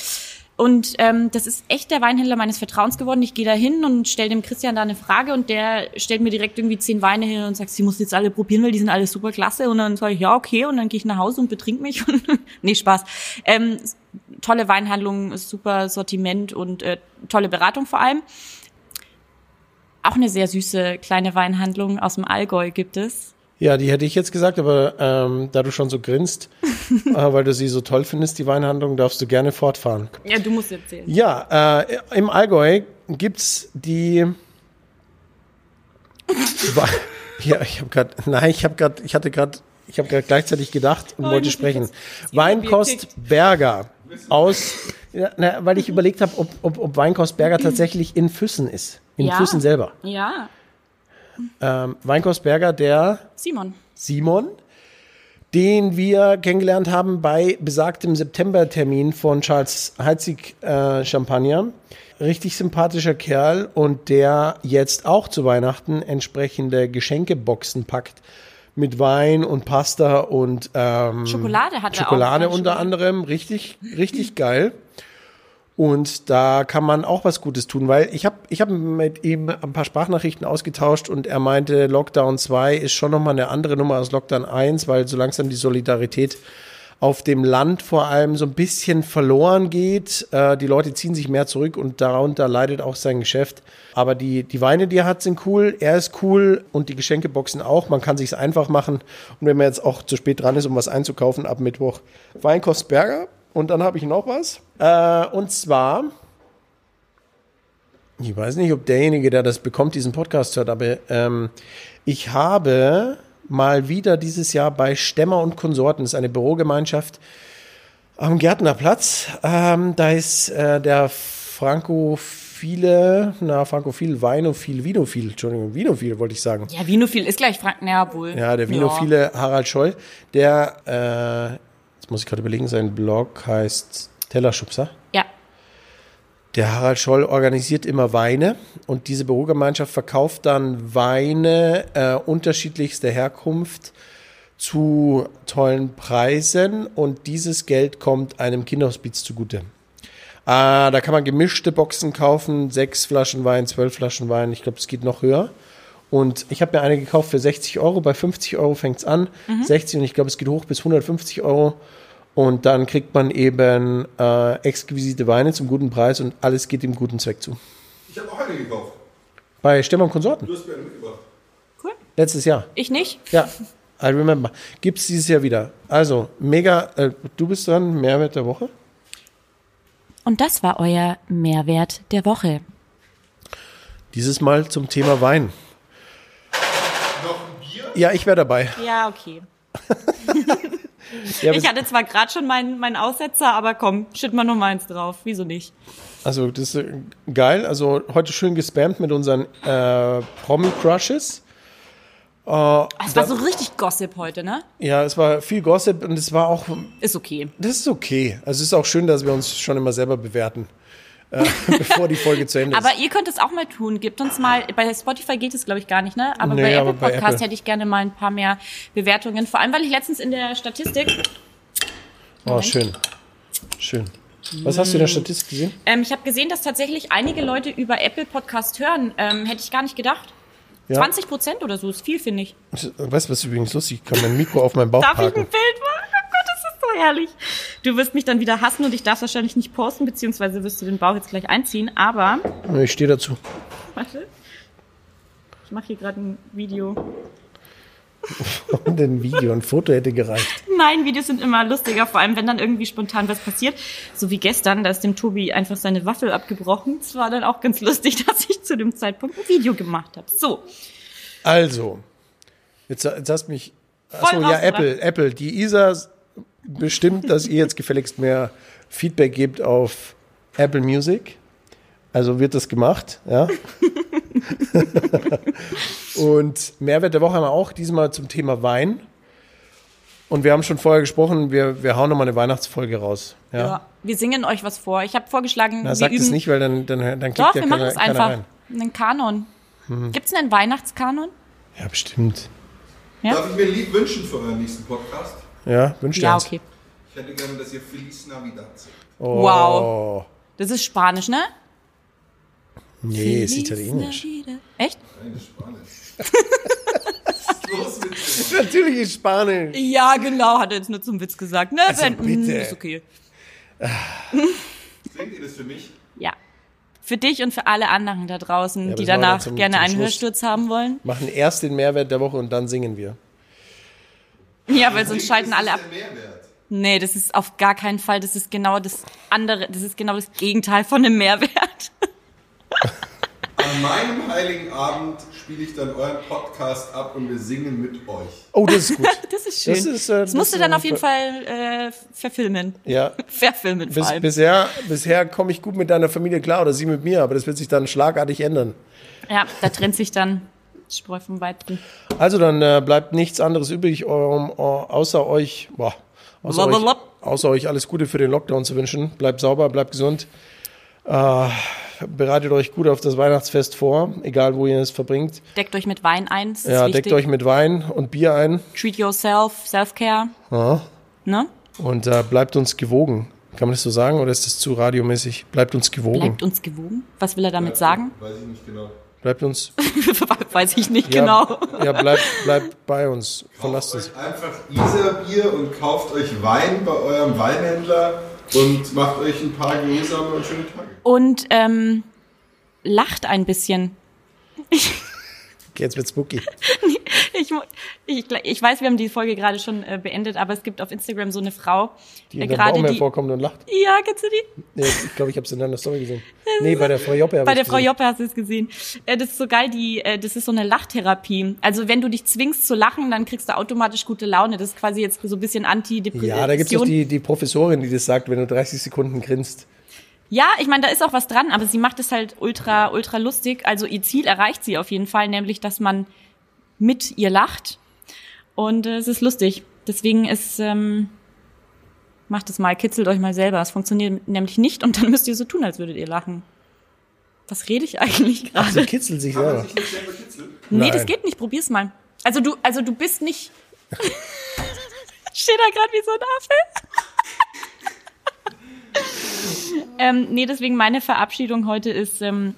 Und ähm, das ist echt der Weinhändler meines Vertrauens geworden. Ich gehe da hin und stelle dem Christian da eine Frage und der stellt mir direkt irgendwie zehn Weine hin und sagt, sie muss jetzt alle probieren, weil die sind alle super klasse. Und dann sage ich, ja, okay. Und dann gehe ich nach Hause und betrink mich. nee, Spaß. Ähm, tolle Weinhandlung, super Sortiment und äh, tolle Beratung vor allem. Auch eine sehr süße kleine Weinhandlung aus dem Allgäu gibt es.
Ja, die hätte ich jetzt gesagt, aber ähm, da du schon so grinst, äh, weil du sie so toll findest, die Weinhandlung, darfst du gerne fortfahren.
Ja, du musst erzählen.
Ja, äh, im Allgäu gibt's die. Wa- ja, ich habe gerade. Nein, ich habe gerade. Ich hatte gerade. Ich habe gerade gleichzeitig gedacht und
Oh,
wollte
ich hab
sprechen.
jetzt
Weinkost Berger aus. Ja, na, weil ich überlegt habe, ob, ob, ob Weinkost Berger tatsächlich in Füssen ist. In
Ja.
Füssen selber.
Ja,
Ähm, Weinkost Berger, der
Simon.
Simon, den wir kennengelernt haben bei besagtem Septembertermin von Charles Heizig äh, Champagner. Richtig sympathischer Kerl und der jetzt auch zu Weihnachten entsprechende Geschenkeboxen packt mit Wein und Pasta und ähm,
Schokolade hat er
Schokolade
auch. ne?
unter anderem. Richtig, richtig geil. Und da kann man auch was Gutes tun, weil ich habe ich hab mit ihm ein paar Sprachnachrichten ausgetauscht und er meinte, Lockdown 2 ist schon nochmal eine andere Nummer als Lockdown 1, weil so langsam die Solidarität auf dem Land vor allem so ein bisschen verloren geht. Äh, die Leute ziehen sich mehr zurück und darunter leidet auch sein Geschäft. Aber die, die Weine, die er hat, sind cool. Er ist cool und die Geschenkeboxen auch. Man kann sich's einfach machen. Und wenn man jetzt auch zu spät dran ist, um was einzukaufen, ab Mittwoch Weinkost Berger. Und dann habe ich noch was. Äh, und zwar, ich weiß nicht, ob derjenige, der das bekommt, diesen Podcast hört, aber ähm, ich habe mal wieder dieses Jahr bei Stemmer und Konsorten, das ist eine Bürogemeinschaft am Gärtnerplatz, ähm, da ist äh, der Frankophile, na, Frankophil, Weinophil, Vinophil, Entschuldigung, Vinophil wollte ich sagen.
Ja, Vinophil ist gleich Franken, ja, wohl.
Ja, der Vinophile Harald Scholl, der, äh, jetzt muss ich gerade überlegen, sein Blog heißt Tellerschubser.
Ja.
Der Harald Scholl organisiert immer Weine und diese Bürogemeinschaft verkauft dann Weine äh, unterschiedlichster Herkunft zu tollen Preisen und dieses Geld kommt einem Kinderhospiz zugute. Ah, da kann man gemischte Boxen kaufen, sechs Flaschen Wein, zwölf Flaschen Wein, ich glaube, es geht noch höher. Und ich habe mir eine gekauft für 60 Euro. Bei 50 Euro fängt's an. 60 und ich glaube, es geht hoch bis 150 Euro. Und dann kriegt man eben äh, exquisite Weine zum guten Preis und alles geht dem guten Zweck zu.
Ich habe auch eine gekauft.
Bei Stimmer Konsorten.
Du hast mir eine mitgebracht.
Cool.
Letztes Jahr.
Ich nicht.
Ja, I remember. Gibt's dieses Jahr wieder. Also, mega, äh, du bist dran, Mehrwert der Woche.
Und das war euer Mehrwert der Woche.
Dieses Mal zum Thema Wein.
Noch ein Bier?
Ja, ich wäre dabei.
Ja, okay.
Ja,
Ich hatte zwar gerade schon meinen meinen Aussetzer, aber komm, schütt mal noch meins drauf. Wieso nicht?
also, das ist äh, geil. Also, heute schön gespammt mit unseren äh, Promi-Crushes.
Ah, Es war so richtig Gossip heute, ne?
Ja, es war viel Gossip und es war auch,
Ist okay.
das ist okay. Also, es ist auch schön, dass wir uns schon immer selber bewerten, äh, bevor die Folge zu Ende
Aber
ist.
ihr könnt es auch mal tun. Gebt uns mal, bei Spotify geht es, glaube ich, gar nicht, ne? Aber
Nee,
bei
aber
Apple
bei
Podcast
Apple.
hätte ich gerne mal ein paar mehr Bewertungen. Vor allem, weil ich letztens in der Statistik,
Oh, schön. Schön. Was hast du in der Statistik gesehen?
ähm, ich habe gesehen, dass tatsächlich einige Leute über Apple Podcast hören. Ähm, hätte ich gar nicht gedacht.
Ja.
20 Prozent oder so ist viel, finde ich.
Weißt du, was übrigens lustig? Ich kann mein Mikro auf meinen Bauch
Darf ich
parken.
ein Bild machen? Oh Gott, das ist so herrlich. Du wirst mich dann wieder hassen und ich darf wahrscheinlich nicht posten, beziehungsweise wirst du den Bauch jetzt gleich einziehen. Aber,
Ich stehe dazu.
warte, ich mache hier gerade ein Video.
Und ein Video, ein Foto hätte gereicht.
Nein, Videos sind immer lustiger, vor allem wenn dann irgendwie spontan was passiert. So wie gestern, da ist dem Tobi einfach seine Waffel abgebrochen. Es war dann auch ganz lustig, dass ich zu dem Zeitpunkt ein Video gemacht habe. So,
Also, jetzt, jetzt hast mich. Achso, ja,
rausgebracht.
Apple, Apple. Die ISA bestimmt, dass ihr jetzt gefälligst mehr Feedback gebt auf Apple Music. Also wird das gemacht, ja. Und Mehrwert der Woche haben wir auch diesmal zum Thema Wein. Und wir haben schon vorher gesprochen, wir, wir hauen nochmal eine Weihnachtsfolge raus. Ja.
ja. wir singen euch was vor. Ich habe vorgeschlagen,
Na,
wir
sagt
üben.
es nicht, weil dann, dann, dann klickt
Doch,
ja
wir machen
keiner,
es
keiner
einfach.
rein. Mhm.
Einen Kanon. Gibt's einen Weihnachtskanon?
Ja, bestimmt.
Ja.
Darf ich mir ein Lied wünschen für euren nächsten Podcast?
Ja, wünscht ihr
Ja,
uns.
okay.
Ich hätte gerne, dass ihr Feliz Navidad singt.
Oh,
Wow. Das ist Spanisch, ne?
Nee, es ist italienisch.
Echt?
Nein, das ist Spanisch. Was ist los mit dir?
Natürlich ist Spanisch.
Ja, genau, hat er jetzt nur zum Witz gesagt. Ne?
Also bitte.
Ist okay.
Singt ihr das für mich?
Ja. Für dich und für alle anderen da draußen,
Ja,
die
das machen wir
danach
dann zum-
gerne
zum
einen
Schluss.
Hörsturz haben wollen.
Machen erst den Mehrwert der Woche und dann singen wir.
Ja, weil sonst schalten
Das ist
alle ab.
der Mehrwert.
Nee, das ist auf gar keinen Fall. Das ist genau das andere, das ist genau das Gegenteil von einem Mehrwert.
An meinem heiligen Abend spiele ich dann euren Podcast ab und wir singen mit euch.
Oh, das ist gut.
Das ist schön. Das,
ist, äh,
musst
das
du dann
ist,
auf jeden
äh,
Fall äh, verfilmen.
ja.
Verfilmen vor
Bis,
allem.
bisher bisher komme ich gut mit deiner Familie klar oder sie mit mir, aber das wird sich dann schlagartig ändern.
Ja, da trennt sich dann Spreu vom Weizen.
Also dann äh, bleibt nichts anderes übrig, eurem, au- außer euch, boah, außer, euch,
Blablabla.
außer euch alles Gute für den Lockdown zu wünschen. Bleibt sauber, bleibt gesund. Äh, bereitet euch gut auf das Weihnachtsfest vor, egal wo ihr es verbringt.
Deckt euch mit Wein ein. Das
Ja,
ist wichtig.
deckt euch mit Wein und Bier ein
Treat yourself, Self-Care. Ne?
und äh, bleibt uns gewogen. Kann man das so sagen oder ist das zu radiomäßig? Bleibt uns gewogen.
Bleibt uns gewogen. Was will er damit sagen?
Weiß ich nicht genau.
Bleibt uns.
Weiß ich nicht
Ja,
genau.
Ja, bleibt, bleibt bei uns. Verlasst
Kauft
uns.
euch einfach Isar-Bier und kauft euch Wein bei eurem Weinhändler und macht euch ein paar geruhsame und schöne Tage.
Und ähm, lacht ein bisschen.
Okay, jetzt wird's spooky.
Ich, mu- ich, gl- ich weiß, wir haben die Folge gerade schon äh, beendet, aber es gibt auf Instagram so eine Frau,
Die
äh,
in der
gerade
Baum
die.
hervorkommt und lacht.
Ja, kennst du die?
Nee, ich glaube, ich habe es in deiner Story gesehen. Nee, bei der Frau Joppe. hab
Bei
ich's
der Frau
gesehen.
Joppe hast du es gesehen. Äh, das ist so geil, die, äh, das ist so eine Lachtherapie. Also wenn du dich zwingst zu lachen, dann kriegst du automatisch gute Laune. Das ist quasi jetzt so ein bisschen Antidepression.
Ja, da gibt's doch die, die Professorin, die das sagt, wenn du 30 Sekunden grinst.
Ja, ich meine, da ist auch was dran, aber sie macht es halt ultra, ultra lustig. Also ihr Ziel erreicht sie auf jeden Fall, nämlich, dass man mit ihr lacht. Und äh, es ist lustig. Deswegen ist, ähm, macht es mal, kitzelt euch mal selber. Es funktioniert nämlich nicht und dann müsst ihr so tun, als würdet ihr lachen. Was rede ich eigentlich
Sie
gerade?
kitzelt sich
Kann man
selber.
sich nicht selber kitzeln?
Nee,
Nein.
das geht nicht. Probier's mal. Also du, also du bist nicht. Steht da gerade wie so ein Affe? ähm, nee, deswegen meine Verabschiedung heute ist ähm,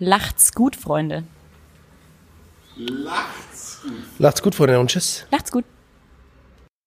Lacht's gut, Freunde.
Lacht's gut.
Macht's gut, Freunde, und tschüss.
Macht's gut.